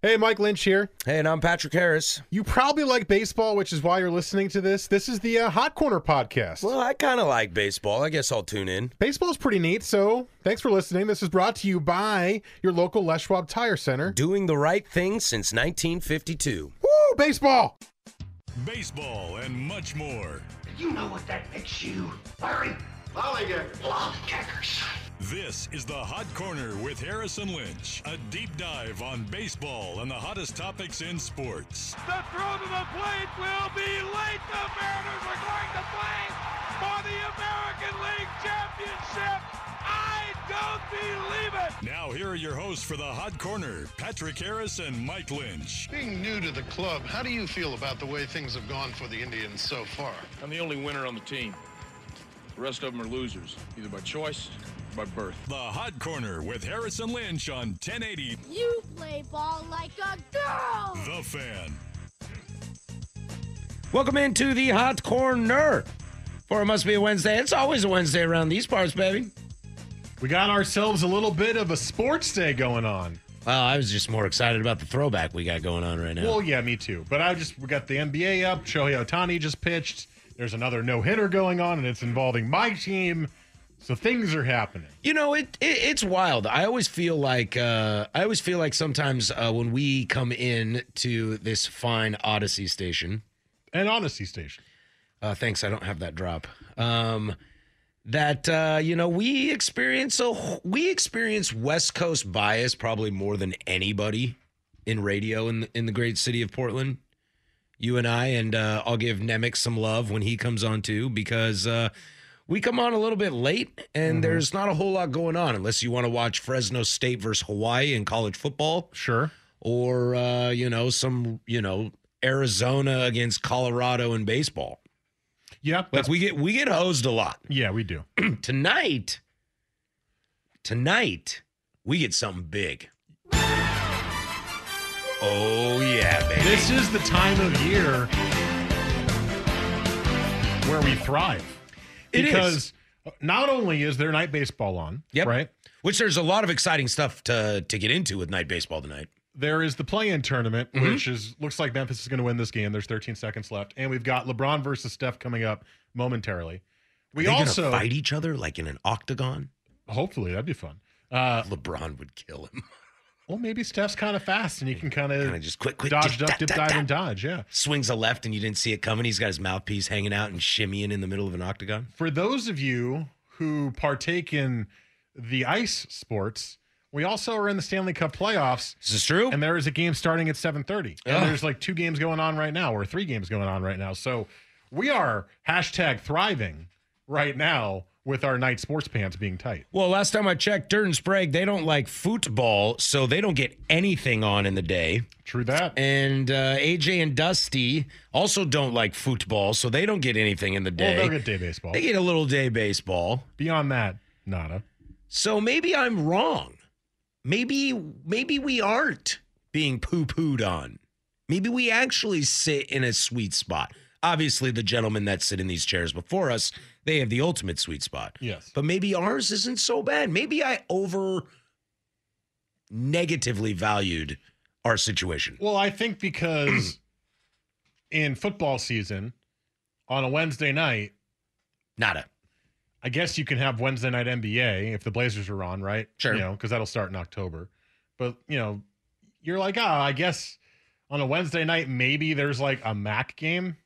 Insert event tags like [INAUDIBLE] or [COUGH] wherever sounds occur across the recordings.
Hey, Mike Lynch here. Hey, and I'm Patrick Harris. You probably like baseball, which is why you're listening to this. This is the uh, Hot Corner podcast. Well, I kind of like baseball. I guess I'll tune in. Baseball's pretty neat, so thanks for listening. This is brought to you by your local Les Schwab Tire Center. Doing the right thing since 1952. Woo, baseball! baseball, and much more. You know what that makes you, Larry? Lollygaggers. Lollygaggers. This is the Hot Corner with Harrison Lynch, a deep dive on baseball and the hottest topics in sports. The throw to the plate will be late. The Mariners are going to play for the American League Championship. I don't believe it. Now, here are your hosts for the Hot Corner Patrick Harris and Mike Lynch. Being new to the club, how do you feel about the way things have gone for the Indians so far? I'm the only winner on the team. The rest of them are losers, either by choice or by birth. The Hot Corner with Harrison Lynch on 1080 You play ball like a girl! The Fan. Welcome into the Hot Corner. For it must be a Wednesday. It's always a Wednesday around these parts, baby. We got ourselves a little bit of a sports day going on. Well, I was just more excited about the throwback we got going on right now. Well, yeah, me too. But I just we got the NBA up. Shohei Otani just pitched. There's another no hitter going on, and it's involving my team. So things are happening. You know, it, it it's wild. I always feel like uh, I always feel like sometimes uh, when we come in to this fine Odyssey station. And Honesty Station. Uh, thanks, I don't have that drop. Um, that uh, you know we experience so we experience West Coast bias probably more than anybody in radio in the, in the great city of Portland. You and I, and uh, I'll give Nemec some love when he comes on too because uh, we come on a little bit late and there's not a whole lot going on unless you want to watch Fresno State versus Hawaii in college football Sure. or uh, you know some you know Arizona against Colorado in baseball. Yep. Like we get we get hosed a lot. yeah, we do. tonight, tonight, we get something big. Oh yeah, baby. This is the time of year where we thrive. It is. because not only is there night baseball on, Yep. right? Which there's a lot of exciting stuff to to get into with night baseball tonight. There is the play-in tournament, Mm-hmm. which is looks like Memphis is going to win this game. There's 13 seconds left, and we've got LeBron versus Steph coming up momentarily. We Are they also gonna fight each other like in an octagon. hopefully that'd be fun. Uh, LeBron would kill him. [LAUGHS] well, maybe Steph's kind of fast, and he can kind Kind of of just quick, quick, dodge, just duck, dot, dip, dot, dive, dot. and dodge. Yeah. Swings a left and you didn't see it coming. He's got his mouthpiece hanging out and shimmying in the middle of an octagon. for those of you who partake in the ice sports, we also are in the Stanley Cup playoffs, Is this true? and there is a game starting at 7:30. And Ugh. there's like two games going on right now, or three games going on right now. So we are hashtag thriving right now with our night sports pants being tight. Well, last time I checked, Dirt and Sprague, they don't like football, so they don't get anything on in the day. True that. And uh, AJ and Dusty also don't like football, so they don't get anything in the well, day. they'll get day baseball. they get a little day baseball. Beyond that, nada. So maybe I'm wrong. Maybe maybe we aren't being poo-pooed on. Maybe we actually sit in a sweet spot. Obviously, the gentlemen that sit in these chairs before us, they have the ultimate sweet spot. Yes. But maybe ours isn't so bad. Maybe I over negatively valued our situation. Well, I think because in football season, on a Wednesday night, Nada. I guess you can have Wednesday night NBA if the Blazers are on, right? Sure. You know, because that'll start in October. But you know, you're like, ah, I guess on a Wednesday night, maybe there's like a Mac game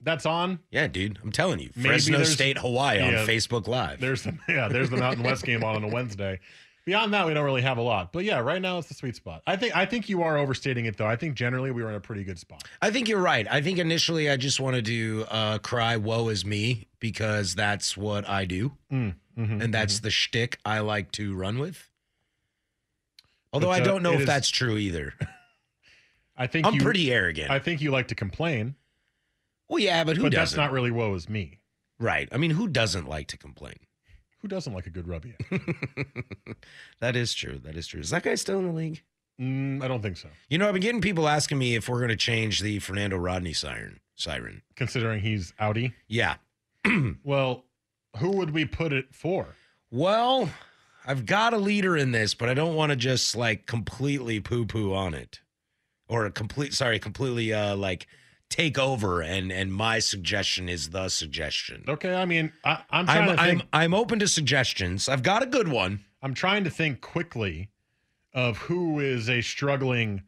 that's on. Yeah, dude. I'm telling you. Maybe Fresno there's- State, Hawaii Yeah. on Facebook Live. There's the [LAUGHS] yeah, there's the Mountain West game on on a Wednesday. Beyond that, we don't really have a lot. But yeah, right now it's the sweet spot. I think I think you are overstating it though. I think generally we were in a pretty good spot. I think you're right. I think initially I just wanted to uh, cry "Woe is me" because that's what I do, Mm, mhm, and that's mhm. the shtick I like to run with. Although But, I uh, don't know it if is- that's [LAUGHS] true either. I think I'm you- pretty arrogant. I think you like to complain. well, yeah, but who but doesn't? that's not really woe is me. right. I mean, who doesn't like to complain? Who doesn't like a good rubby? that is true. That is true. Is that guy still in the league? Mm, I don't think so. You know, I've been getting people asking me if we're going to change the Fernando Rodney siren. Siren. Considering he's outie. Yeah. Well, who would we put it for? Well, I've got a leader in this, but I don't want to just like completely poo poo on it or a complete, sorry, completely uh like take over and and my suggestion is the suggestion. Okay, I mean, I, I'm trying I'm to I'm, think. I'm open to suggestions. I've got a good one. I'm trying to think quickly of who is a struggling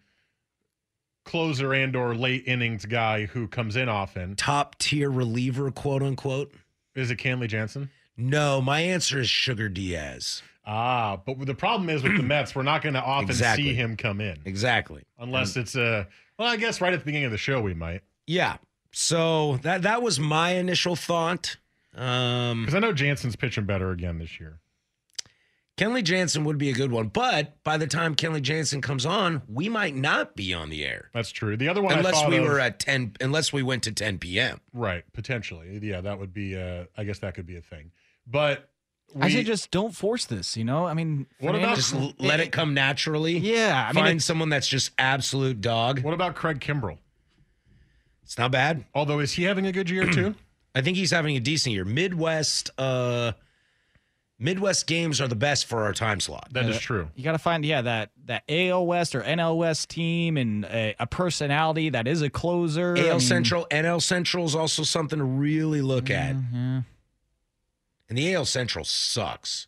closer and or late innings guy who comes in often. Top tier reliever, quote unquote. Is it Canley Jansen? No, my answer is Sugar Diaz. Ah, but the problem is with the Mets, we're not going to often Exactly. see him come in Exactly. unless it's a. Well, I guess right at the beginning of the show we might, Yeah. So that that was my initial thought. Um because I know Jansen's pitching better again this year. Kenley Jansen would be a good one, but by the time Kenley Jansen comes on, we might not be on the air That's true. The other one, I unless thought we of- were at ten. Unless we went to ten p.m. right potentially. Yeah, that would be. Uh, I guess that could be a thing. But I we- say just don't force this. You know, I mean, What about- Just l- let it come naturally. Yeah, I mean, find it- someone that's just absolute dog. What about Craig Kimbrell? It's not bad. Although is he having a good year [CLEARS THROAT] too? I think he's having a decent year. Midwest, uh, Midwest games are the best for our time slot. That is Yeah. true. You got to find yeah that that AL West or NL West team and a, a personality that is a closer. I AL mean, Central, NL Central is also something to really look at. And the AL Central sucks.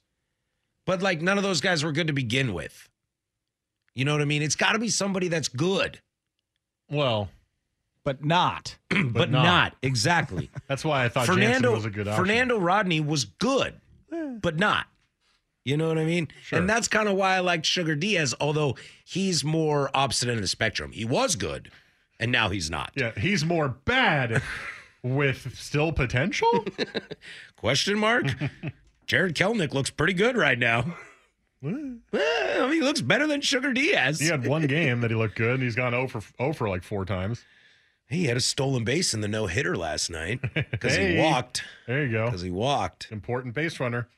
But like none of those guys were good to begin with. You know what I mean? It's got to be somebody that's good, [CLEARS THROAT] Well, but not. [CLEARS THROAT] but, not. not. exactly. that's why [LAUGHS] I thought Fernando Jansen was a good option. Eh. Fernando Rodney was good, but not. You know what I mean? Sure. And that's kind of why I liked Sugar Diaz, although he's more opposite end of the spectrum. He was good, and now he's not. Yeah, he's more bad with still [LAUGHS] potential. [LAUGHS] Question mark? Jared Kelnick looks pretty good right now. Eh. Well, I mean, he looks better than Sugar Diaz. He had one game that he looked good, and he's gone oh over over like four times. He had a stolen base in the no hitter last night because Hey. Oh. he walked. There you go. Because he walked. Important base runner.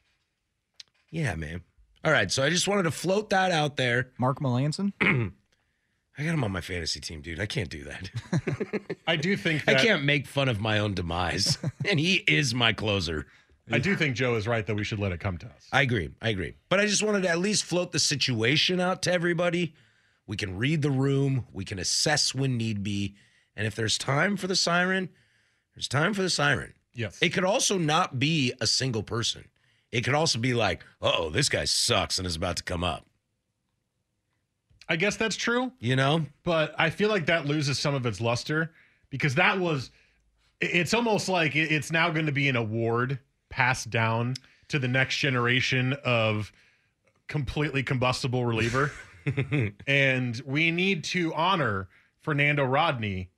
Yeah, man. All right. So I just wanted to float that out there. Mark Melanson. [CLEARS THROAT] I got him on my fantasy team, dude. I can't do that. I do think I that, can't make fun of my own demise. and he is my closer. I do think Joe is right that we should let it come to us. I agree. I agree. But I just wanted to at least float the situation out to everybody. We can read the room, we can assess when need be. And if there's time for the siren, there's time for the siren. Yes. It could also not be a single person. It could also be like, oh, this guy sucks and is about to come up. I guess that's true, You know? but I feel like that loses some of its luster because that was. it- It's almost like it- it's now going to be an award passed down to the next generation of completely combustible reliever. and we need to honor Fernando Rodney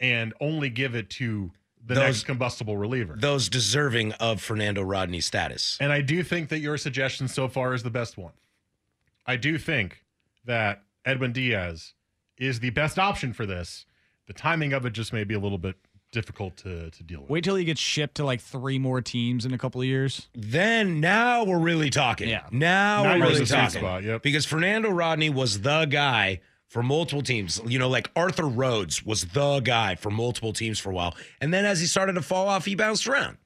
and only give it to the Those- next combustible reliever. Those deserving of Fernando Rodney status. and I do think that your suggestion so far is the best one. I do think that Edwin Diaz is the best option for this. The timing of it just may be a little bit difficult to, to deal with. Wait till he gets shipped to like three more teams in a couple of years. Then now we're really talking. Yeah. Now Now, you're we're in really the sweet talking. spot, yep. Because Fernando Rodney was the guy for multiple teams. You know, like Arthur Rhodes was the guy for multiple teams for a while. And then as he started to fall off, he bounced around.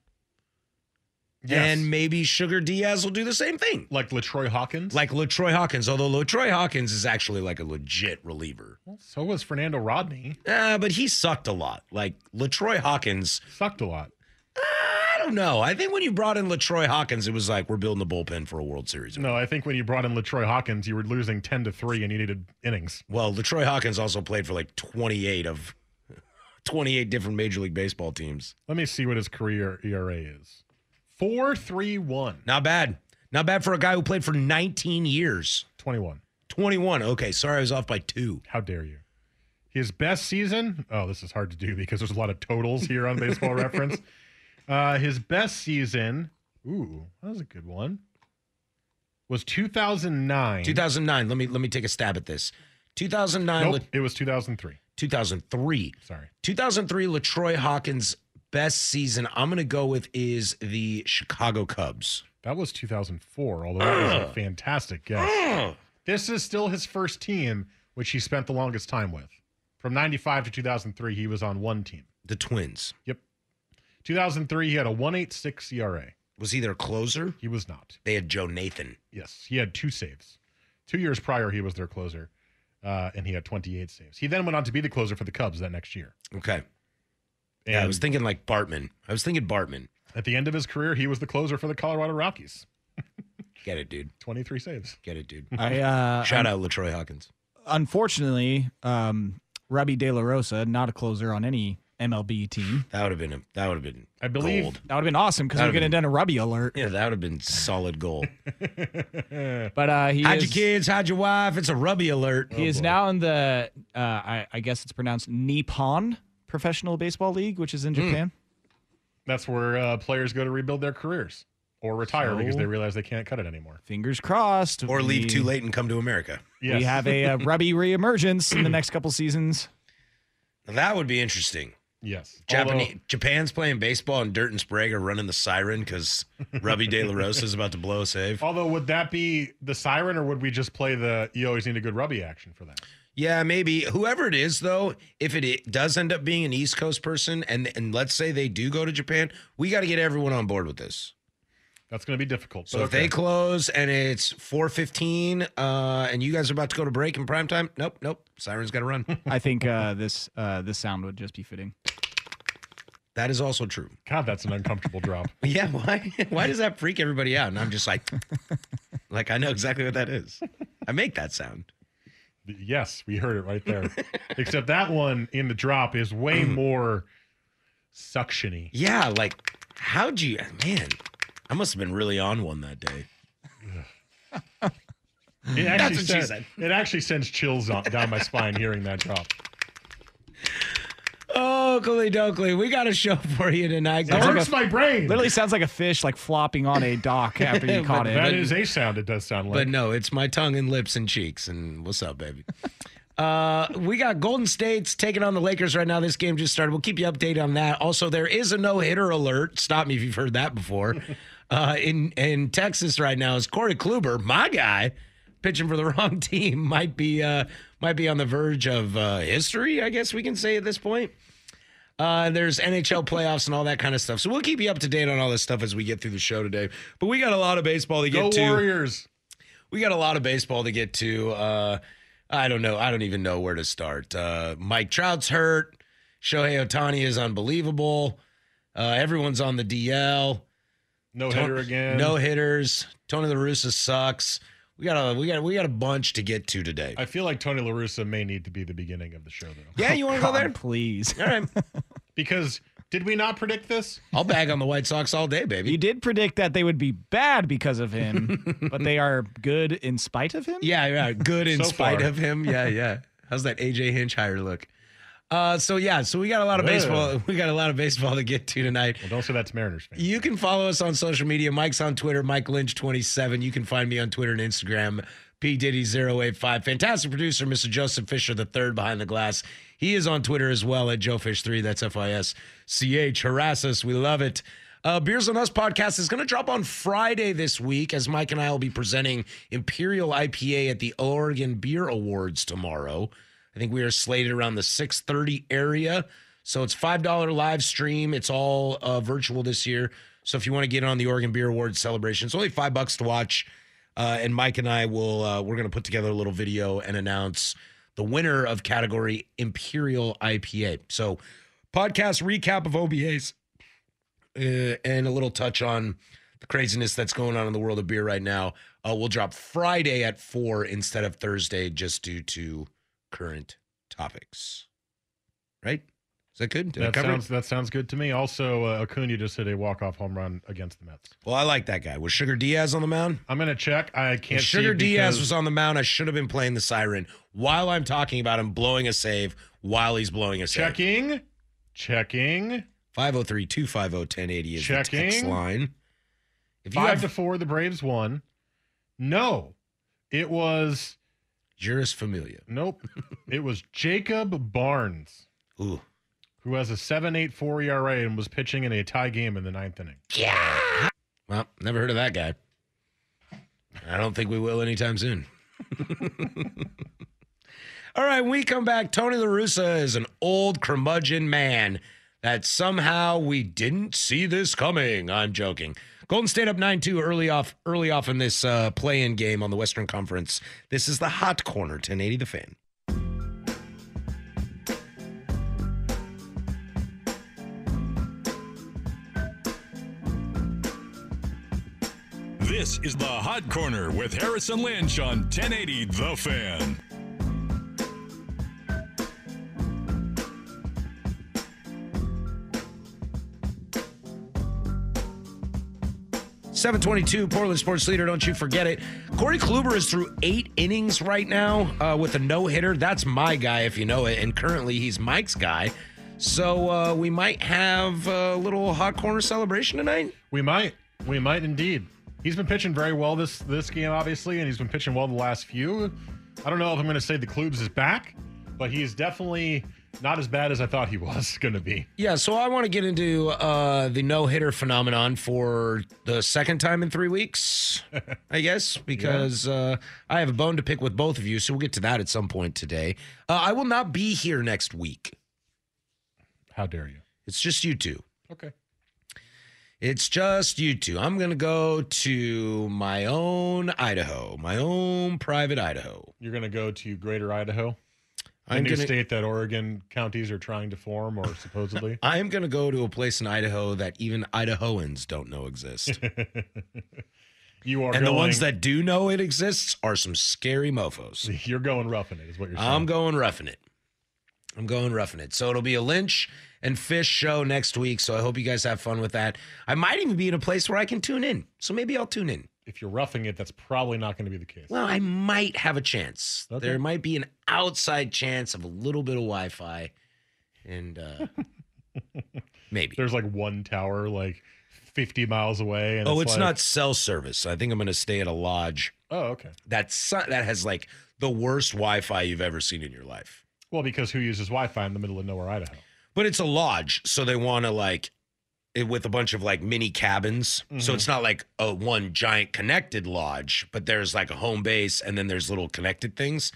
Yes. And maybe Sugar Diaz will do the same thing. like Latroy Hawkins, Like Latroy Hawkins, although Latroy Hawkins is actually like a legit reliever. so was Fernando Rodney. Uh, but he sucked a lot. Like Latroy Hawkins, Sucked a lot. I don't don't know. I think when you brought in Latroy Hawkins, it was like we're building the bullpen for a World Series. No, I think when you brought in Latroy Hawkins, you were losing ten to three, and you needed innings. Well, Latroy Hawkins also played for like 28 of [LAUGHS] 28 different Major League Baseball teams. Let me see what his career ERA is. Four three one. Not bad. Not bad for a guy who played for 19 years. 21. 21. Okay, sorry I was off by 2. How dare you? His best season. Oh, this is hard to do because there's a lot of totals here on Baseball Reference. Uh, his best season. Ooh, that was a good one. Was 2009. 2009. Let me let me take a stab at this. 2009 Nope, it was 2003. 2003. Sorry. 2003 Latroy Hawkins best season I'm going to go with is the Chicago Cubs. That was 2004, although that was a fantastic guess. this is still his first team, which he spent the longest time with. From 95 to 2003, he was on one team. The Twins. Yep. 2003, he had a 186 ERA. Was he their closer? He was not. They had Joe Nathan. Yes, he had two saves. Two years prior, he was their closer, uh, and he had 28 saves. He then went on to be the closer for the Cubs that next year. Okay. And yeah, I was thinking like Bartman. I was thinking Bartman. at the end of his career, he was the closer for the Colorado Rockies. Get it, dude. 23 saves. Get it, dude. I, uh, Shout out Latroy Hawkins. Unfortunately, um, Robbie De La Rosa, not a closer on any MLB team. That would have been a, that would have been I believe- gold. That would have been awesome because we That'd could have been- done a Robbie alert. Yeah, that would have been solid goal. But uh, he hide is, Uh, your kids, hide your wife. It's a rubby alert. He is now in the, uh, I, I guess it's pronounced Nippon Professional Baseball League, which is Hmm. in Japan. That's where uh, players go to rebuild their careers or retire because So- they realize they can't cut it anymore. Fingers crossed. or leave we- too late and come to America. Yes. We have [LAUGHS] a uh, Robbie reemergence [CLEARS THROAT] in the next couple seasons. Now, that would be interesting. yes. Japan- Although- Japan's playing baseball and Dirt and Sprague are running the siren because Robbie De La Rosa is about to blow a save. Although, would that be the siren, or would we just play the "You always need a good rubby" action for that? Yeah, maybe. Whoever it is, though, if it i- does end up being an East Coast person, and and let's say they do go to Japan, we got to get everyone on board with this. That's going to be difficult. So but if they okay. close and it's four fifteen, uh, and you guys are about to go to break in prime time, nope, nope, siren's got to run. [LAUGHS] I think uh, this uh, this sound would just be fitting. that is also true. God, that's an uncomfortable drop. Yeah, why? Why does that freak everybody out? And I'm just like, [LAUGHS] like I know exactly what that is. I make that sound. Yes, we heard it right [LAUGHS] there. Except that one in the drop is way Mm. more suctiony. Yeah, like how'd you man? I must have been really on one that day. Mm. It actually That's what she sent- said. It actually sends chills on, down my spine hearing that [LAUGHS] drop. Oh, Oakley Doakley, we got a show for you tonight. It guys. hurts my brain. Literally sounds like a fish like flopping on [LAUGHS] a dock after you caught it. That is a sound. It does sound like. But no, it's my tongue and lips and cheeks. And what's up, [LAUGHS] baby? Uh, we got Golden State's taking on the Lakers right now. This game just started. We'll keep you updated on that. Also, there is a no hitter alert. Stop me if you've heard [LAUGHS] that before. Uh, in in Texas right now is Corey Kluber, my guy, pitching for the [LAUGHS] wrong team. Might be uh, might be on the verge of uh, history. I guess we can say at this point. Uh, there's NHL playoffs and all that kind of stuff. So we'll keep you up to date on all this stuff as we get through the show today. But we got a lot of baseball to get Go to Warriors. we got a lot of baseball to get to. Uh, I don't know. I don't even know where to start. Uh, Mike Trout's hurt. Shohei Otani is unbelievable. Uh, everyone's on the DL. No hitter again. No hitters. Tony La Russa sucks. We got a we got we got a bunch to get to today. I feel like Tony La Russa may need to be the beginning of the show though, yeah, you want to go God, there? Please. All right. because did we not predict this? I'll bag on the White Sox all day, You baby. did predict that they would be bad because [LAUGHS] of him, but they are good in spite of him? Yeah, yeah. Good in So spite far. of him. Yeah, yeah. How's that AJ Hinch higher look? Uh, so yeah, so we got a lot of baseball. We got a lot of baseball to get to tonight. Well, don't say that's Mariners fan. You can follow us on social media. Mike's on Twitter, Mike Lynch27. You can find me on Twitter and Instagram, PDiddy085. Fantastic producer, Mr. Joseph Fisher the third behind the glass. He is on Twitter as well at JoeFish3. That's F I S C H. Harass us. We love it. Uh, Beers on Us podcast is going to drop on Friday this week as Mike and I will be presenting Imperial IPA at the Oregon Beer Awards tomorrow. I think we are slated around the 6:30 area. So it's $5 live stream. It's all uh, virtual this year. So if you want to get on the Oregon Beer Awards celebration, it's only 5 bucks to watch. Uh, and Mike and I will uh, we're going to put together a little video and announce the winner of category Imperial IPA. So podcast recap of OBAs uh, and a little touch on the craziness that's going on in the world of beer right now. Uh, we'll drop Friday at four instead of Thursday, just due to current topics. Right? Is that good? Did I that cover it? sounds that sounds good to me. Also, uh, Acuna just hit a walk off home run against the Mets. Well, I like that guy. Was Sugar Diaz on the mound? I'm gonna check. I can't. If Sugar see Diaz because- was on the mound. I should have been playing the siren while I'm talking about him blowing a save while he's blowing a save. checking. Checking. 503 250 1080 is the text Checking. line. If you Five have to four, the Braves won. No, it was Juris Familia. [LAUGHS] nope. it was Jacob Barnes, Ooh. who has a seven eight four ERA and was pitching in a tie game in the ninth inning. Well, never heard of that guy. I don't think we will anytime soon. [LAUGHS] All right, when we come back. Tony La Russa is an old curmudgeon man that somehow we didn't see this coming. I'm joking. Golden State up 9-2 early off early off in this uh, play-in game on the Western Conference. This is the Hot Corner 1080 the fan. This is the Hot Corner with Harrison Lynch on 1080 The Fan. Seven twenty-two, Portland sports leader. Don't you forget it. Corey Kluber is through eight innings right now uh, with a no-hitter. That's my guy, if you know it. And currently, he's Mike's guy. So uh, we might have a little hot corner celebration tonight. We might. We might indeed. He's been pitching very well this this game, obviously, and he's been pitching well the last few. I don't know if I'm going to say the Klubes is back, but he's definitely not as bad as I thought he was [LAUGHS] going to be. Yeah. So I want to get into uh, the no-hitter phenomenon for the second time in three weeks, I guess, because uh, I have a bone to pick with both of you. So we'll get to that at some point today. Uh, I will not be here next week. How dare you? It's just you two. Okay. It's just you two. I'm going to go to my own Idaho, my own private Idaho. You're going to go to Greater Idaho, a I'm new gonna- state that Oregon counties are trying to form, or [LAUGHS] supposedly. I am going to go to a place in Idaho that even Idahoans don't know exists. you are and the going- ones that do know it exists are some scary [LAUGHS] mofos. you're going roughing it is what you're saying. I'm going roughing it. I'm going roughing it. So it'll be a Lynch and Fish show next week. So I hope you guys have fun with that. I might even be in a place where I can tune in. So maybe I'll tune in. if you're roughing it, that's probably not going to be the case. Well, I might have a chance. Okay. There might be an outside chance of a little bit of Wi-Fi, and uh, [LAUGHS] maybe. There's like one tower, like 50 miles away. And oh, it's like- not cell service. I think I'm going to stay at a lodge Oh, okay. that's that has like the worst Wi-Fi you've ever seen in your life. Well, because who uses Wi-Fi in the middle of nowhere, Idaho? But it's a lodge, so they want to like it with a bunch of like mini cabins. So it's not like a one giant connected lodge, but there's like a home base and then there's little connected things.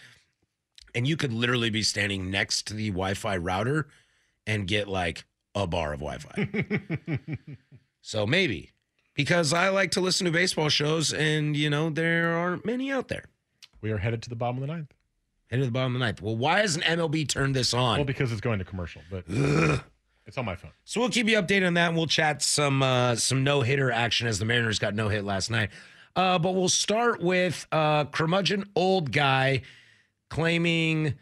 And you could literally be standing next to the Wi-Fi router and get like a bar of Wi-Fi. so maybe because I like to listen to baseball shows and you know there aren't many out there. We are headed to the bottom of the ninth. Head to the bottom of the ninth. Well, why hasn't MLB turned this on? Well, because it's going to commercial, but it's on my phone. So we'll keep you updated on that, and we'll chat some uh, some no hitter action as the Mariners got no hit last night. Uh, but we'll start with uh, curmudgeon old guy claiming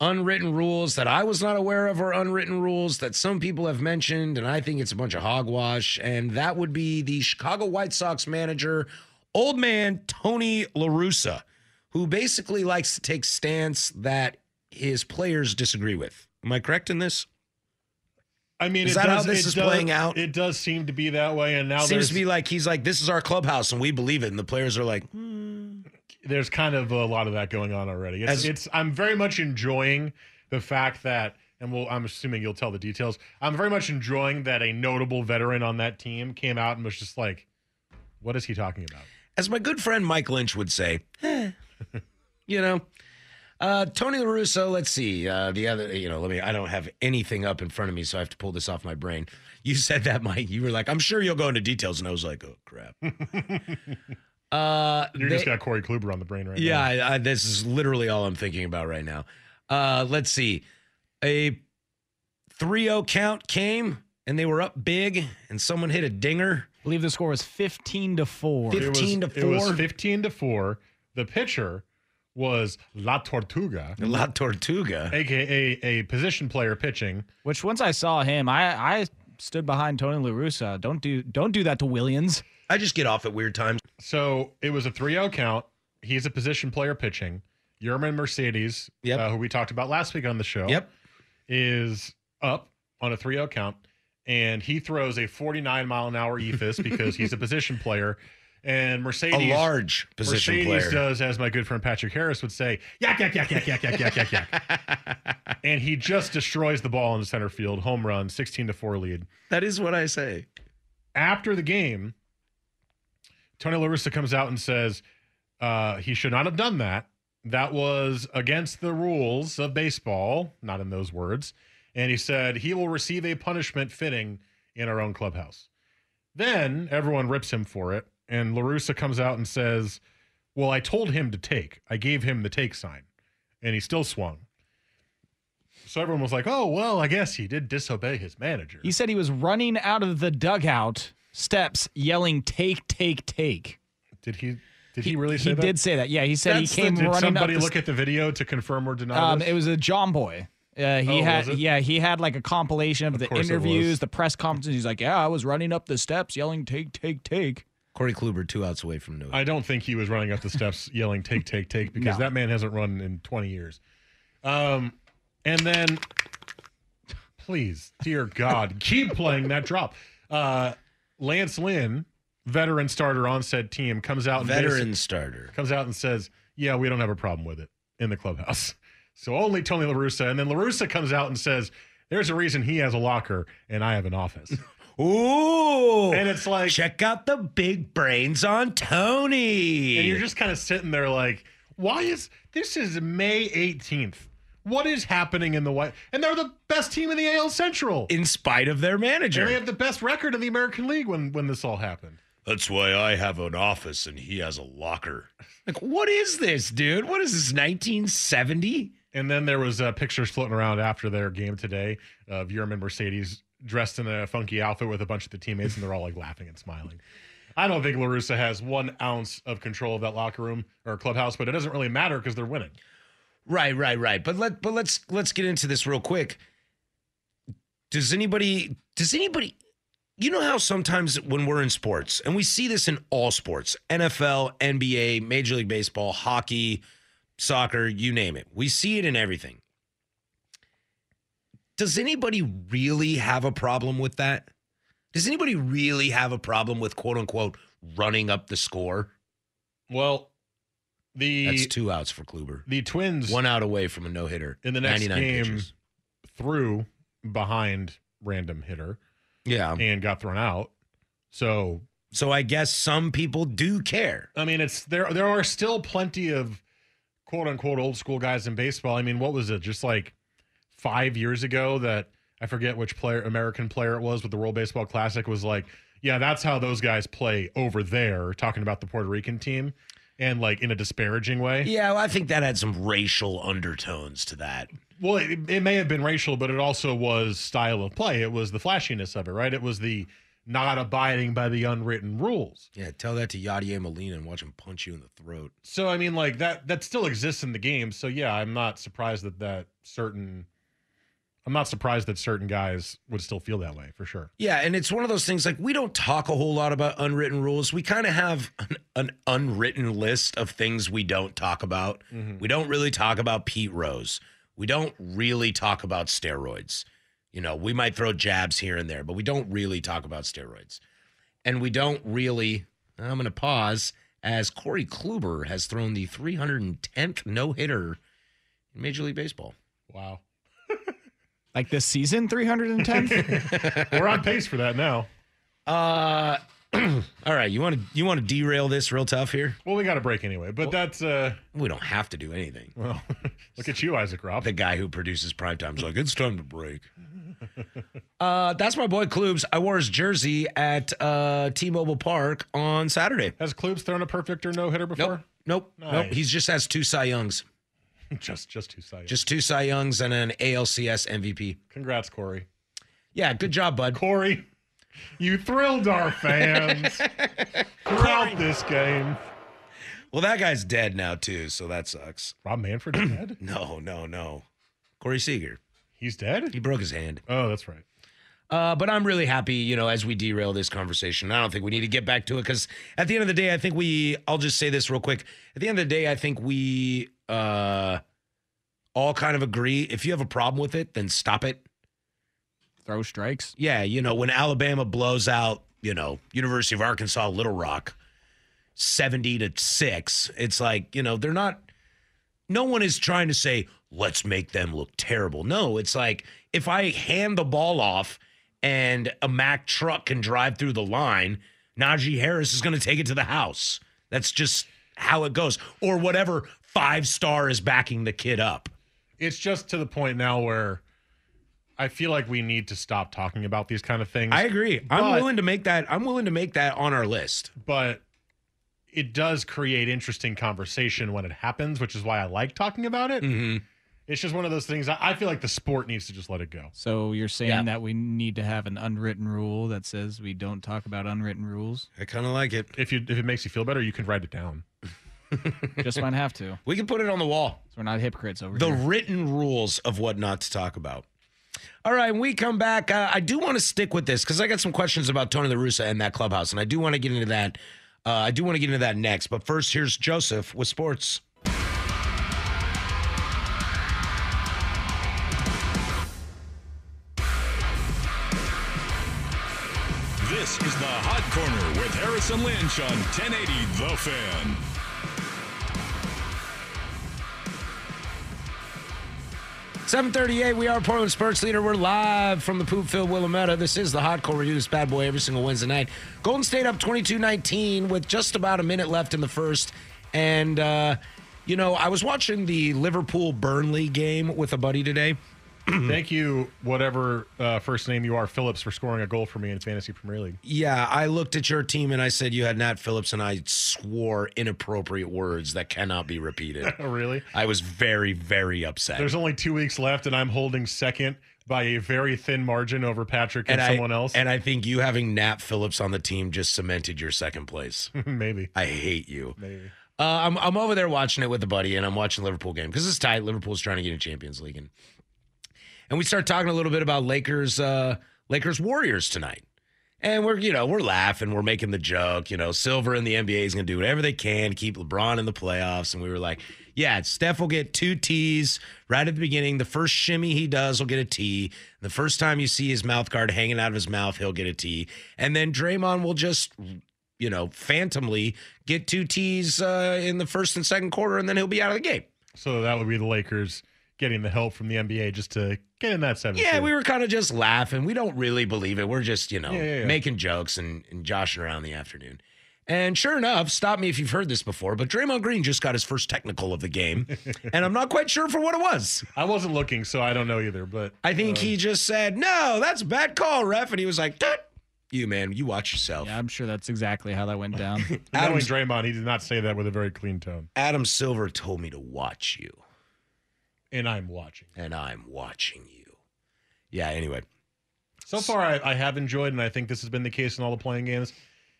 unwritten rules that I was not aware of or unwritten rules that some people have mentioned, and I think it's a bunch of hogwash. And that would be the Chicago White Sox manager, old man Tony La Russa, who basically likes to take stance that his players disagree with. Am I correct in this? I mean, Is it that how does, this it is does- playing out? It does seem to be that way, and now seems there's to be like he's like this is our clubhouse and we believe it and the players are like there's kind of a lot of that going on already. It's, As- it's I'm very much enjoying the fact that, and well, I'm assuming you'll tell the details. I'm very much enjoying that a notable veteran on that team came out and was just like, "What is he talking about?" as my good friend mike lynch would say eh. you know uh tony larusso let's see uh the other you know let me i don't have anything up in front of me so i have to pull this off my brain you said that mike you were like i'm sure you'll go into details and i was like oh crap [LAUGHS] uh You they- just got Corey Kluber on the brain right yeah now. I, I, this is literally all i'm thinking about right now uh let's see a 3-0 count came and they were up big, and someone hit a dinger. I believe the score was 15 to 4. It was- 15 to It was 4? 15 to 4. The pitcher was La Tortuga, La Tortuga. aka a position player pitching. Which once I saw him, I I stood behind Tony La Russa. Don't do don't do that to Williams. I just get off at weird times. So it was a 3 0 count. He's a position player pitching. Yerman Mercedes, Yep. uh, who we talked about last week on the show, Yep. is up on a 3 0 count. And he throws a 49 mile an hour E EFIS because [LAUGHS] he's a position player. And Mercedes. a large position Mercedes player. does, as my good friend Patrick Harris would say, yak, yak, yak, yak, yak, yak, yak, yak, yak. [LAUGHS] and he just destroys the ball in center field, home run, 16 to 4 lead. That is what I say. After the game, Tony La Russa comes out and says uh, he should not have done that. That was against the rules of baseball, not in those words. And he said he will receive a punishment fitting in our own clubhouse. Then everyone rips him for it. And LaRussa comes out and says, Well, I told him to take. I gave him the take sign. And he still swung. So everyone was like, Oh, well, I guess he did disobey his manager. He said he was running out of the dugout steps yelling take take take. Did he did he, really say he that? did say that. Yeah, he said That's he the- came running Did up somebody the look at the video to confirm or deny Um, this? it was a John Boy. Uh, he Oh, had was it? yeah he had like a compilation of, the course it was. interviews, the press conferences. He's like, yeah, I was running up the steps yelling take take take. Corey Kluber, two outs away from Noah. I don't think he was running up the [LAUGHS] steps yelling "take, take, take" because No. that man hasn't run in 20 years. Um, and then, please, dear [LAUGHS] God, keep playing that drop. Uh, Lance Lynn, veteran starter on said team, comes out and Veteran basi- starter. comes out and says, "Yeah, we don't have a problem with it in the clubhouse." [LAUGHS] So only Tony La Russa, and then La Russa comes out and says, "There's a reason he has a locker and I have an office." Ooh. And it's like- check out the big brains on Tony. and you're just kind of sitting there like, why is this is May 18th? What is happening in the White? And they're the best team in the AL Central. in spite of their manager. And they have the best record in the American League when when this all happened. That's why I have an office and he has a locker. Like, what is this, dude? What is this, 1970? And then there was uh, pictures floating around after their game today of Yerman Mercedes dressed in a funky outfit with a bunch of the teammates, and they're all like laughing and smiling. I don't think Larusa has one ounce of control of that locker room or clubhouse, but it doesn't really matter because they're winning. Right, right, right. But let but let's let's get into this real quick. Does anybody does anybody you know how sometimes when we're in sports and we see this in all sports, NFL, NBA, Major League Baseball, hockey, soccer, you name it. We see it in everything. Does anybody really have a problem with that? Does anybody really have a problem with quote unquote running up the score? Well, the That's two outs for Kluber. the Twins One out away from a no hitter. in the next game threw behind random hitter Yeah. and got thrown out. So So I guess some people do care. I mean, it's there. There are still plenty of quote unquote old school guys in baseball. I mean, what was it? Just like five years ago that I forget which player American player it was with the World Baseball Classic was like, yeah, that's how those guys play over there. Talking about the Puerto Rican team and like in a disparaging way. Yeah, well, I think that had some racial undertones to that. Well, it, it may have been racial, but it also was style of play. It was the flashiness of it, right? It was the not abiding by the unwritten rules. Yeah, tell that to Yadier Molina and watch him punch you in the throat. So I mean, like that that still exists in the game. So yeah, I'm not surprised that that certain I'm not surprised that certain guys would still feel that way for sure. Yeah, and it's one of those things like we don't talk a whole lot about unwritten rules. We kind of have an, an unwritten list of things we don't talk about. We don't really talk about Pete Rose. We don't really talk about steroids. You know, we might throw jabs here and there, but we don't really talk about steroids. And we don't really, I'm going to pause as Corey Kluber has thrown the 310th no hitter in Major League Baseball. Wow. Like this season, [LAUGHS] 310th. We're on pace for that now. Uh, all right, you want to you want to derail this real tough here? Well, we got a break anyway, but that's uh We don't have to do anything. well, [LAUGHS] look at you, Isaac Rob. The guy who produces Primetime's like, it's time to break. uh, that's my boy Klubes. I wore his jersey at uh, T-Mobile Park on Saturday. Has Klubes thrown a perfect or no hitter Nope, before? nope, nope. Nice. He just has two Cy Youngs, [LAUGHS] just just two sides. just two Cy Youngs and an ALCS MVP. congrats, Corey. Yeah, good job, bud. Corey, you thrilled our [LAUGHS] fans throughout this game. Well, that guy's dead now too, so that sucks. Rob Manfred is dead? No, no, no. Corey Seager. He's dead? He broke his hand. Oh, that's right. Uh, but I'm really happy, you know, as we derail this conversation. I don't think we need to get back to it because at the end of the day, I think we, I'll just say this real quick. At the end of the day, I think we uh, all kind of agree if you have a problem with it, then stop it. Throw strikes. Yeah, you know, when Alabama blows out, you know, University of Arkansas Little Rock 70 to 6, it's like, you know, they're not no one is trying to say let's make them look terrible. No, it's like if I hand the ball off and a Mack truck can drive through the line, Najee Harris is going to take it to the house. That's just how it goes or whatever five star is backing the kid up. It's just to the point now where I feel like we need to stop talking about these kind of things. I agree. I'm willing to make that I'm willing to make that on our list. But it does create interesting conversation when it happens, which is why I like talking about it. Mm-hmm. It's just one of those things. I, I feel like the sport needs to just let it go. So you're saying Yeah. that we need to have an unwritten rule that says we don't talk about unwritten rules? I kind of like it. If you if it makes you feel better, you can write it down. Just might have to. We can put it on the wall. So we're not hypocrites over the here. written rules of what not to talk about. All right, when we come back, uh, I do want to stick with this because I got some questions about Tony La Russa and that clubhouse, and I do want to get into that. Uh, I do want to get into that next, but first, here's Joseph with sports. This is the Hot Corner with Harrison Lynch on 1080 The Fan. Seven thirty-eight. We are Portland sports leader. We're live from the Poopfield Willamette. This is the Hot Core. We do this bad boy every single Wednesday night. Golden State up 22-19 with just about a minute left in the first, and uh, you know I was watching the Liverpool Burnley game with a buddy today. Hmm. Thank you, whatever uh, first name you are, Phillips, for scoring a goal for me in Fantasy Premier League. Yeah, I looked at your team and I said you had Nat Phillips, and I swore inappropriate words that cannot be repeated. Oh, [LAUGHS] really? I was very, very upset. There's only two weeks left, and I'm holding second by a very thin margin over Patrick and, I- someone else. And I think you having Nat Phillips on the team just cemented your [LAUGHS] second place. [LAUGHS] Maybe. I hate you. Maybe. Uh, I'm I'm over there watching it with a buddy, and I'm watching the Liverpool game because it's tight. Liverpool's trying to get in Champions League, and and we start talking a little bit about Lakers uh, Lakers Warriors tonight. And we're you know we're laughing, we're making the joke. You know, Silver and the NBA is going to do whatever they can to keep LeBron in the playoffs. And we were like, yeah, Steph will get two tees right at the beginning. The first shimmy he does will get a tee. The first time you see his mouth guard hanging out of his mouth, he'll get a tee. And then Draymond will just you know, phantomly get two tees uh, in the first and second quarter, and then he'll be out of the game. So that would be the Lakers getting the help from the NBA just to get in that seven. Yeah, seed. we were kind of just laughing. We don't really believe it. We're just, you know, Yeah, yeah, yeah. making jokes and, and joshing around in the afternoon. And sure enough, stop me if you've heard this before, but Draymond Green just got his first technical of [LAUGHS] the game, and I'm not quite sure for what it was. I wasn't looking, so I don't know either. But I think Um, he just said, "No, that's a bad call, ref," and he was like, "Tut, "You man, you watch yourself." Yeah, I'm sure that's exactly how that went down. knowing Draymond, he did not say that with a very clean tone. Adam Silver told me to watch you. And I'm watching. and I'm watching you. Yeah, anyway. So far, I, I have enjoyed, and I think this has been the case in all the playing games.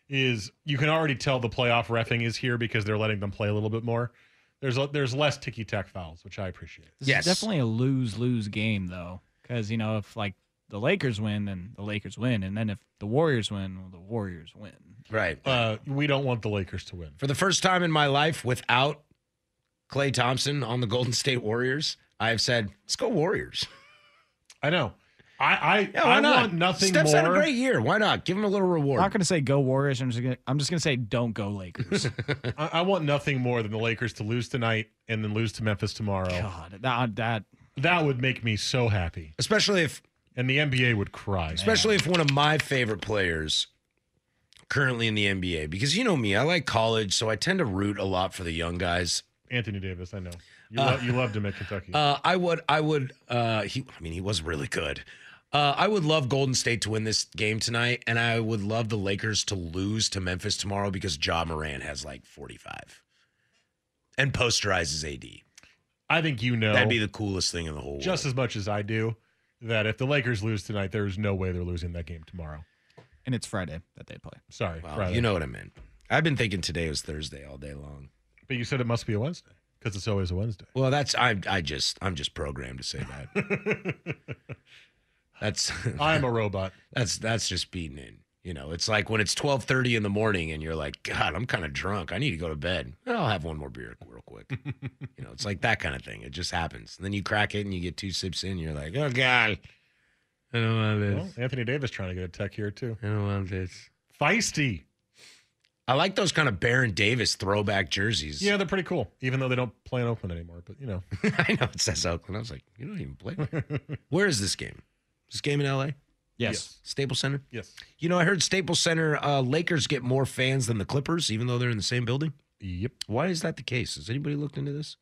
Is you can already tell the playoff refing is here because they're letting them play a little bit more. There's a, there's less ticky tack fouls, which I appreciate. This is definitely a lose lose game though, because you know if like the Lakers win, then the Lakers win, and then if the Warriors win, well, the Warriors win. Right. Uh, we don't want the Lakers to win. For the first time in my life without Clay Thompson on the Golden State Warriors, I've said, let's go Warriors. I know. I I, Yeah, why I not? want nothing Steph's more. had a great year. Why not? Give him a little reward. I'm not gonna say go Warriors. I'm just gonna I'm just gonna say don't go Lakers. [LAUGHS] I, I want nothing more than the Lakers to lose tonight and then lose to Memphis tomorrow. God, that that That would make me so happy. Especially if and the NBA would cry. Especially if one of my favorite players currently in the NBA, because you know me, I like college, so I tend to root a lot for the young guys. Anthony Davis, I know. You, Uh, lo- you loved him at Kentucky. Uh, I would, I would, uh, he, I mean, he was really good. Uh, I would love Golden State to win this game tonight, and I would love the Lakers to lose to Memphis tomorrow because Ja Moran has like 45 and posterizes AD. I think you know That'd be the coolest thing in the whole just world. as much as I do that if the Lakers lose tonight, there's no way they're losing that game tomorrow. And it's Friday that they play. Sorry, Well, Friday. Um, you know what I meant. I've been thinking today was Thursday all day long. But you said it must be a Wednesday because it's always a Wednesday. Well, that's I. I just I'm just programmed to say that. [LAUGHS] that's I'm a [LAUGHS] robot. That's that's just beating in. You know, it's like when it's 12:30 in the morning and you're like, God, I'm kind of drunk. I need to go to bed. I'll have one more beer real [LAUGHS] quick. you know, it's like that kind of thing. It just happens. And then you crack it and you get two sips in. You're like, Oh God, I don't want this. Well, Anthony Davis trying to get a tech here too. I don't want this. Feisty. I like those kind of Baron Davis throwback jerseys. Yeah, they're pretty cool. Even though they don't play in Oakland anymore, but you know, [LAUGHS] [LAUGHS] I know it says Oakland. I was like, you don't even play. there." Where is this game? Is this game in LA? Yes. Staples Center? Yes. You know, I heard Staples Center uh, Lakers get more fans than the Clippers, even though they're in the same building. Yep. Why is that the case? Has anybody looked into this?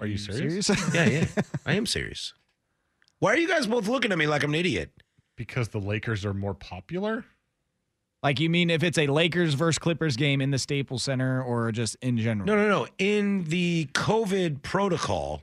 Are you serious? [LAUGHS] yeah, yeah. I am serious. Why are you guys both looking at me like I'm an idiot? because the Lakers are more popular. [LAUGHS] Like you mean if it's a Lakers versus Clippers game in the Staples Center or just in general? No, no, no. In the COVID protocol,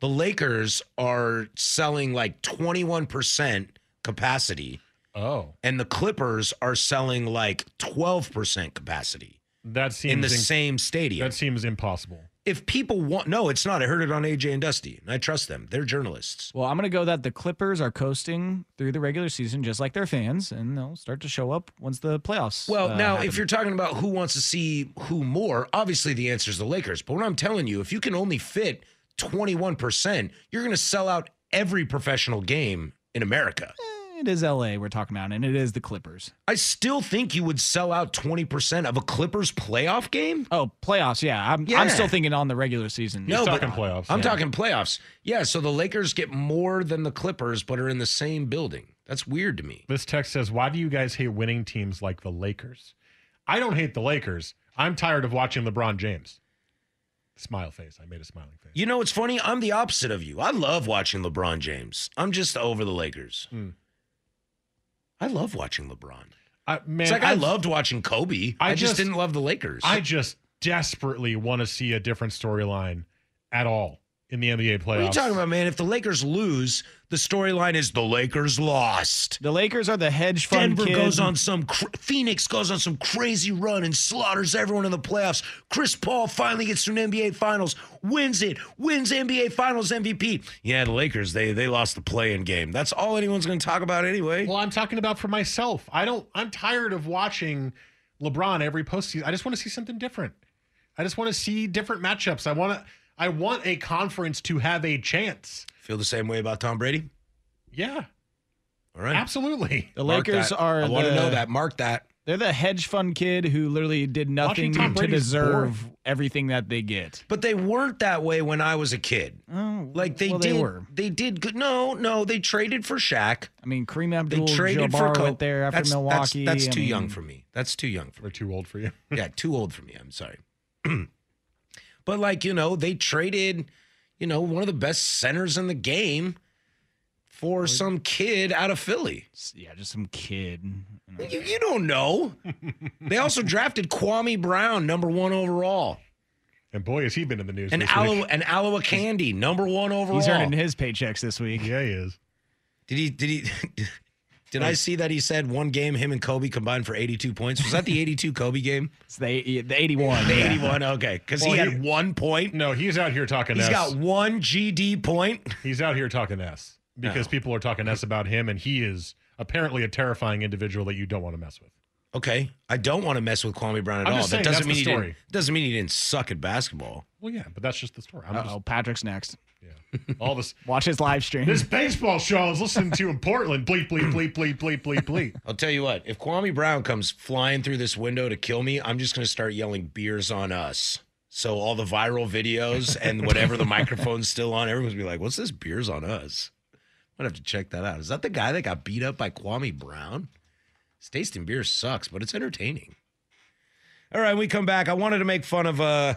the Lakers are selling like 21% capacity, Oh, and the Clippers are selling like 12% capacity that seems in the inc- same stadium. That seems impossible. if people want, no, it's not. I heard it on AJ and Dusty, and I trust them. They're journalists. Well, I'm going to go that the Clippers are coasting through the regular season just like their fans, and they'll start to show up once the playoffs. Well, uh, now, happen. if you're talking about who wants to see who more, obviously the answer is the Lakers. But what I'm telling you, if you can only fit 21%, you're going to sell out every professional game in America. Eh, it is LA we're talking about, and it is the Clippers. I still think you would sell out 20% of a Clippers playoff game. Oh, playoffs. Yeah, I'm, Yeah. I'm still thinking on the regular season. No, Oh, but talking playoffs. I'm Yeah. talking playoffs. Yeah, so the Lakers get more than the Clippers, but are in the same building. That's weird to me. This text says, "Why do you guys hate winning teams like the Lakers?" I don't hate the Lakers. I'm tired of watching LeBron James. Smile face. I made a smiling face. You know what's funny? I'm the opposite of you. I love watching LeBron James. I'm just over the Lakers. Hmm. I love watching LeBron. I, man, it's like I, I've- loved watching Kobe. I, I just, just- didn't love the Lakers. I just desperately want to see a different storyline at all in the NBA playoffs. what are you talking about, man? If the Lakers lose, the storyline is the Lakers lost. the Lakers are the hedge fund. Denver kid. goes on some cr- Phoenix goes on some crazy run and slaughters everyone in the playoffs. Chris Paul finally gets to an NBA Finals, wins it, wins NBA Finals MVP. Yeah, the Lakers they they lost the play-in game. That's all anyone's going to talk about anyway. Well, I'm talking about for myself. I don't. I'm tired of watching LeBron every postseason. I just want to see something different. I just want to see different matchups. I want to. I want a conference to have a chance. Feel the same way about Tom Brady? Yeah, All right, absolutely. The Mark Lakers that. are. I want to the- know that. Mark that. They're the hedge fund kid who literally did nothing Watching Tom to Brady's deserve everything that they get. But they weren't that way when I was a kid. Oh, Like they well, did. They were. they did good. No, no, they traded for Shaq. I mean, Kareem They traded for Abdul-Jabbar Kobe. went there after that's, that's- Milwaukee. That's, I too young mean, for me. That's too young for We're me. too old for you. [LAUGHS] yeah, too old for me. I'm sorry. [CLEARS THROAT] but like you know, they traded, you know, one of the best centers in the game for some kid out of Philly. Yeah, just some kid. you know. You, you don't know. they also drafted Kwame Brown, number one overall, And boy, has he been in the news. and this Aloe week. and Aloe Candy, number one overall. He's earning his paychecks this [LAUGHS] week. Yeah, he is. Did he? Did he? [LAUGHS] Did I see that he said one game him and Kobe combined for 82 points? [LAUGHS] Was that the 82 Kobe game? It's the, eight- the 81. The yeah. 81, okay, because Well, he had he- Mm-hmm. one point. No, he's out here talking. He's S. got one GD point. [LAUGHS] He's out here talking S because Oh. people are talking S about him, and he is apparently a terrifying individual that you don't want to mess with. Okay, I don't want to mess with Kwame Brown at I'm all. just saying, that that's the doesn't mean he didn't, story. doesn't mean he didn't suck at basketball. Well, yeah, but that's just the story. I'm Uh-oh, Patrick's next. just yeah. all this. Watch his live stream. This baseball show I was listening to in Portland. Bleep bleep bleep bleep bleep bleep bleep. I'll tell you what, if Kwame Brown comes flying through this window to kill me, I'm just going to start yelling beers on us. So all the viral videos and whatever the microphone's still on, everyone's gonna be like, "What's this beers on us?" Might have to check that out. Is that the guy that got beat up by Kwame Brown? His taste in beer sucks, but it's entertaining. All right, when we come back. I wanted to make fun of uh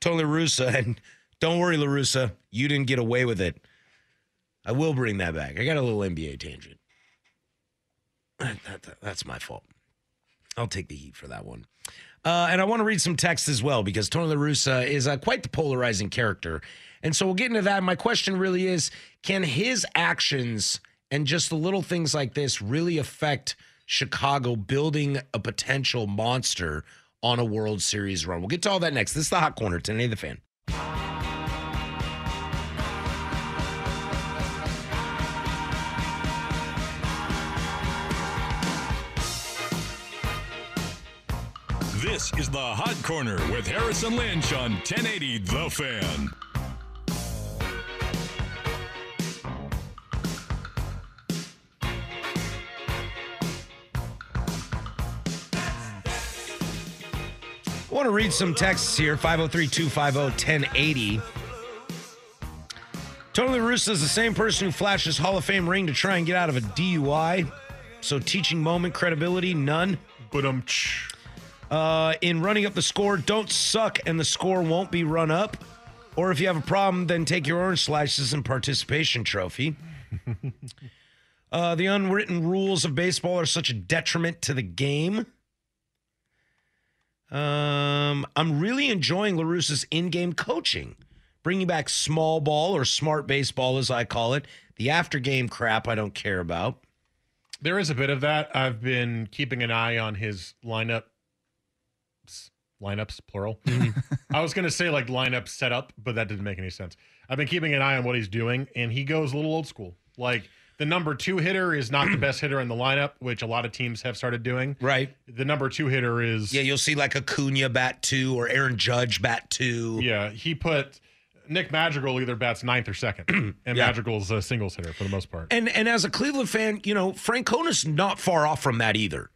Tony Russa, and don't worry, Larusa, you didn't get away with it. I will bring that back. I got a little NBA tangent. That- that- that's my fault. I'll take the heat for that one. Uh, and I want to read some text as well because Tony La Russa is uh, quite the polarizing character. And so we'll get into that. My question really is can his actions and just the little things like this really affect Chicago building a potential monster on a World Series run? We'll get to all that next. This is the Hot Corner, today, the fan. This is the Hot Corner with Harrison Lynch on 1080 The Fan. I want to read some texts here 503 250 1080. Tony La Russa is the same person who flashed his Hall of Fame ring to try and get out of a DUI. So, teaching moment credibility, none. But um, uh, in running up the score, don't suck and the score won't be run up. Or if you have a problem, then take your orange slices and participation trophy. Uh, the unwritten rules of baseball are such a detriment to the game. Um, I'm really enjoying LaRusse's in game coaching, bringing back small ball or smart baseball, as I call it. The after game crap I don't care about. There is a bit of that. I've been keeping an eye on his lineup lineups plural. Mm-hmm. [LAUGHS] I was going to say like lineup setup, but that didn't make any sense. I've been keeping an eye on what he's doing and he goes a little old school. Like the number 2 hitter is [CLEARS THROAT] not the best hitter in the lineup, which a lot of teams have started doing. Right. The number 2 hitter is Yeah, you'll see like Acuna bat two or Aaron Judge bat two. Yeah, he put Nick Madrigal either bats ninth or second, [CLEARS THROAT] and Yeah. Madrigal's a singles hitter for the most part. And and as a Cleveland fan, you know, Francona's not far off from that either.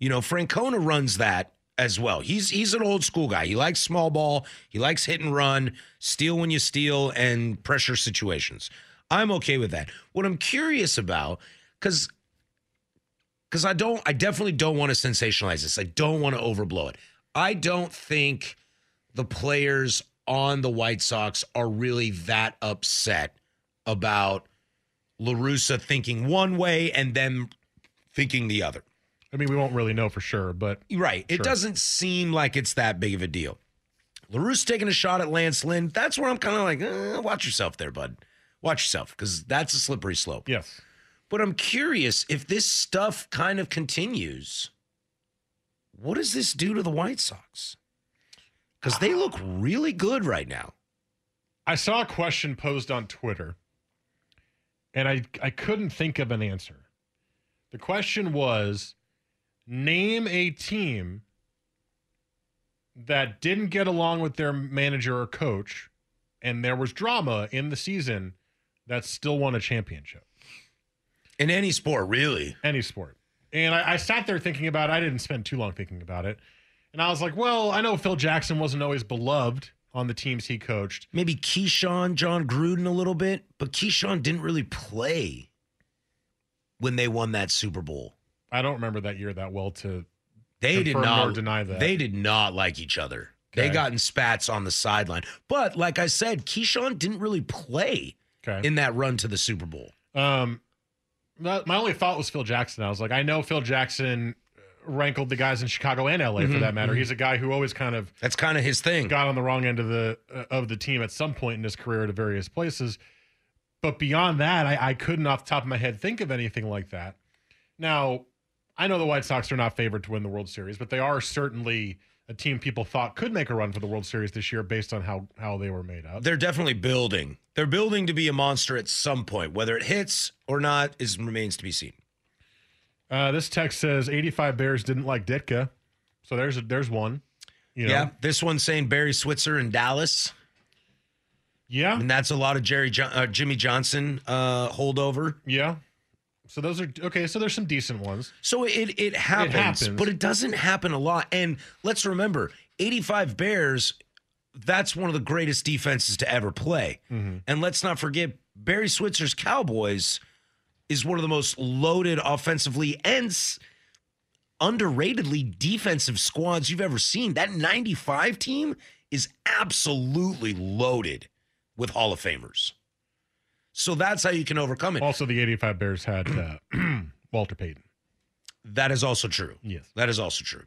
You know, Francona runs that as well. He's he's an old school guy. He likes small ball, he likes hit and run, steal when you steal, and pressure situations. I'm okay with that. What I'm curious about, because because I don't I definitely don't want to sensationalize this. I don't want to overblow it. I don't think the players on the White Sox are really that upset about LaRussa thinking one way and them thinking the other. I mean, we won't really know for sure, but Right. It Sure. doesn't seem like it's that big of a deal. LaRusse taking a shot at Lance Lynn. That's where I'm kind of like, eh, watch yourself there, bud. Watch yourself because that's a slippery slope. yes, But I'm curious if this stuff kind of continues, what does this do to the White Sox? Because they look really good right now. I saw a question posed on Twitter, and I I couldn't think of an answer. The question was, name a team that didn't get along with their manager or coach, and there was drama in the season that still won a championship. In any sport, really. any sport. And I, I sat there thinking about it. I didn't spend too long thinking about it. And I was like, well, I know Phil Jackson wasn't always beloved on the teams he coached. Maybe Keyshawn, John Gruden a little bit, but Keyshawn didn't really play when they won that Super Bowl. I don't remember that year that well to They did confirm not or deny that. They did not like each other. They Okay. got in spats on the sideline. But like I said, Keyshawn didn't really play Okay. in that run to the Super Bowl. Um, my, my only thought was Phil Jackson. I was like, I know Phil Jackson rankled the guys in Chicago and LA for Mhm, that matter. mhm. He's a guy who always kind of That's kind of his thing. got on the wrong end of the uh, of the team at some point in his career to various places. But beyond that, I, I couldn't off the top of my head think of anything like that. Now, I know the White Sox are not favored to win the World Series, but they are certainly a team people thought could make a run for the World Series this year based on how how they were made up. They're definitely building. They're building to be a monster at some point. Whether it hits or not is remains to be seen. Uh, this text says 85 Bears didn't like Ditka. So there's a, there's one. You know? Yeah. This one's saying Barry Switzer in Dallas. Yeah. And that's a lot of Jerry jo- uh, Jimmy Johnson uh, holdover. Yeah. So those are okay, so there's some decent ones. So it it happens, happens. but it doesn't happen a lot. And let's remember, 85 Bears, that's one of the greatest defenses to ever play. Mm-hmm. And let's not forget Barry Switzer's Cowboys is one of the most loaded offensively and s- underratedly defensive squads you've ever seen. That 95 team is absolutely loaded with Hall of Famers. So that's how you can overcome it. Also the 85 Bears had uh, [CLEARS THROAT] Walter Payton. That is also true. Yes. That is also true.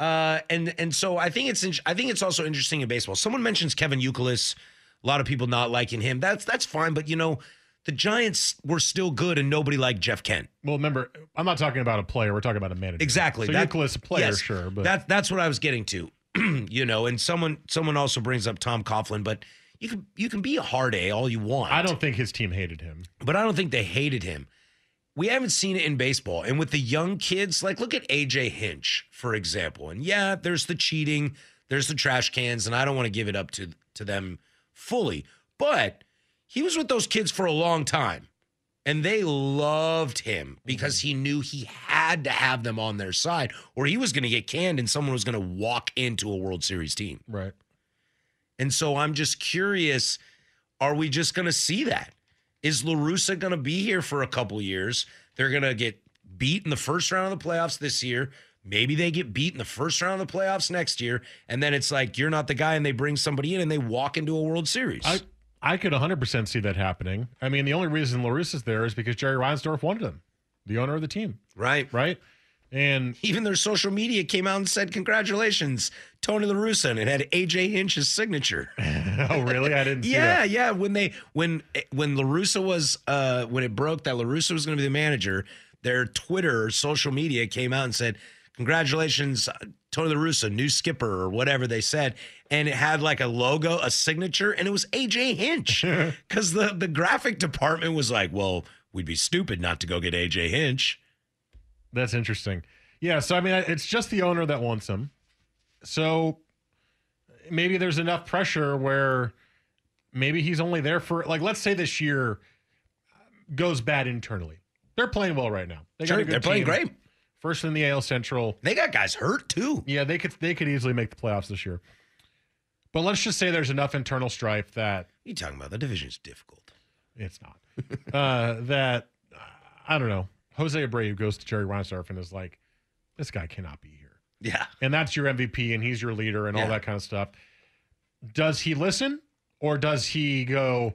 Uh, and and so I think it's in, I think it's also interesting in baseball. Someone mentions Kevin Youkilis A lot of people not liking him. That's that's fine, but you know, the Giants were still good, and nobody liked Jeff Kent. Well, remember, I'm not talking about a player. We're talking about a manager. Exactly. So That- Euclid's a player, yes, sure, but that that's what I was getting to. [CLEARS THROAT] you know, and someone someone also brings up Tom Coughlin, but you can you can be a hard A all you want. I don't think his team hated him. but I don't think they hated him. We haven't seen it in baseball. And with the young kids, like look at AJ Hinch, for example. And yeah, there's the cheating, there's the trash cans, and I don't want to give it up to, to them fully. But he was with those kids for a long time. And they loved him because he knew he had to have them on their side, or he was going to get canned and someone was going to walk into a World Series team. Right. And so I'm just curious are we just going to see that? Is LaRusa going to be here for a couple years? They're going to get beat in the first round of the playoffs this year. Maybe they get beat in the first round of the playoffs next year. And then it's like, you're not the guy, and they bring somebody in and they walk into a World Series. I I could 100% see that happening. I mean, the only reason LaRusse is there is because Jerry Reinsdorf wanted him, the owner of the team. right. Right. And [LAUGHS] Even their social media came out and said, Congratulations, Tony LaRusa. And it had AJ Hinch's signature. oh, really? I didn't see [LAUGHS] Yeah, that. yeah. When they when when Larusa was uh when it broke that Larusa was going to be the manager, their Twitter social media came out and said, "Congratulations, Tony Larusa, new skipper or whatever they said," and it had like a logo, a signature, and it was [LAUGHS] AJ Hinch because the the graphic department was like, "Well, we'd be stupid not to go get AJ Hinch." That's interesting. Yeah. So, I mean, it's just the owner that wants him. So maybe there's enough pressure where maybe he's only there for, like, let's say this year goes bad internally. They're playing well right now. They Sure, got a good they're playing team. great. First in the AL Central. They got guys hurt too. Yeah, they could they could easily make the playoffs this year. But let's just say there's enough internal strife that You talking about the division's difficult? it's [LAUGHS] not. uh, that I don't know. Jose Abreu goes to Jerry Reinsdorf and is like, "This guy cannot be here." Yeah. And that's your MVP, and he's your leader, and all Yeah. that kind of stuff. Does he listen, or does he go?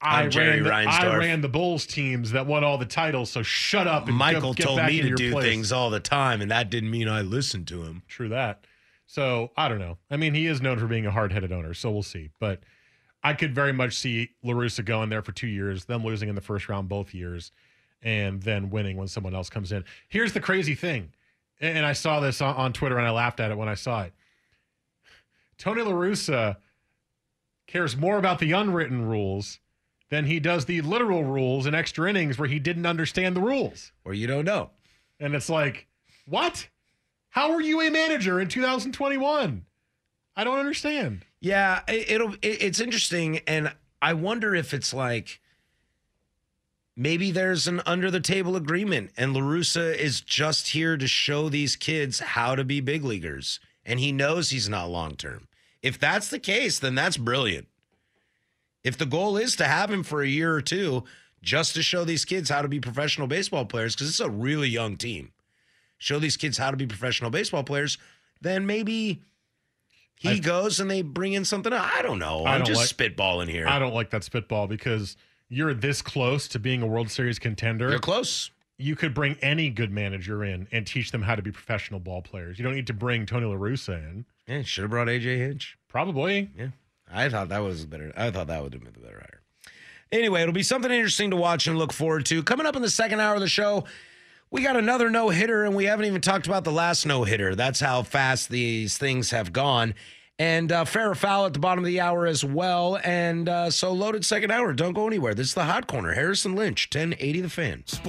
I I'm Jerry ran the, I Reinsdorf." ran the Bulls teams that won all the titles, so shut up. And Michael go, get told back me into to your do place." things all the time, and that didn't mean I listened to him. True that. So I don't know. I mean, he is known for being a hard-headed owner, so we'll see. But I could very much see Larusa going there for two years, them losing in the first round both years, and then winning when someone else comes in. Here's the crazy thing, and and I saw this on, on Twitter and I laughed at it when I saw it. Tony Larusa cares more about the unwritten rules than he does the literal rules in extra innings where he didn't understand the rules. Or you don't know. And it's like, what? How were you a manager in 2021? I don't understand. Yeah, it, it'll. It, it's interesting, and I wonder if it's like maybe there's an under the table agreement, and Larusa is just here to show these kids how to be big leaguers, and he knows he's not long term. If that's the case, then that's brilliant. If the goal is to have him for a year or two, just to show these kids how to be professional baseball players, because it's a really young team, show these kids how to be professional baseball players, then maybe. He I've- goes and they bring in something. I don't know. I I'm don't just spitballing here. I don't like that spitball because you're this close to being a World Series contender. You're close. You could bring any good manager in and teach them how to be professional ball players. You don't need to bring Tony La Russa in. Yeah, should have brought AJ Hinch. Probably. Yeah. I thought that was better. I thought that would have been the better hire. Anyway, it'll be something interesting to watch and look forward to. Coming up in the second hour of the show, we got another no hitter, and we haven't even talked about the last no hitter. That's how fast these things have gone. And uh, fair or foul at the bottom of the hour as well. And uh, so loaded second hour. Don't go anywhere. This is the hot corner. Harrison Lynch, 1080 the fan.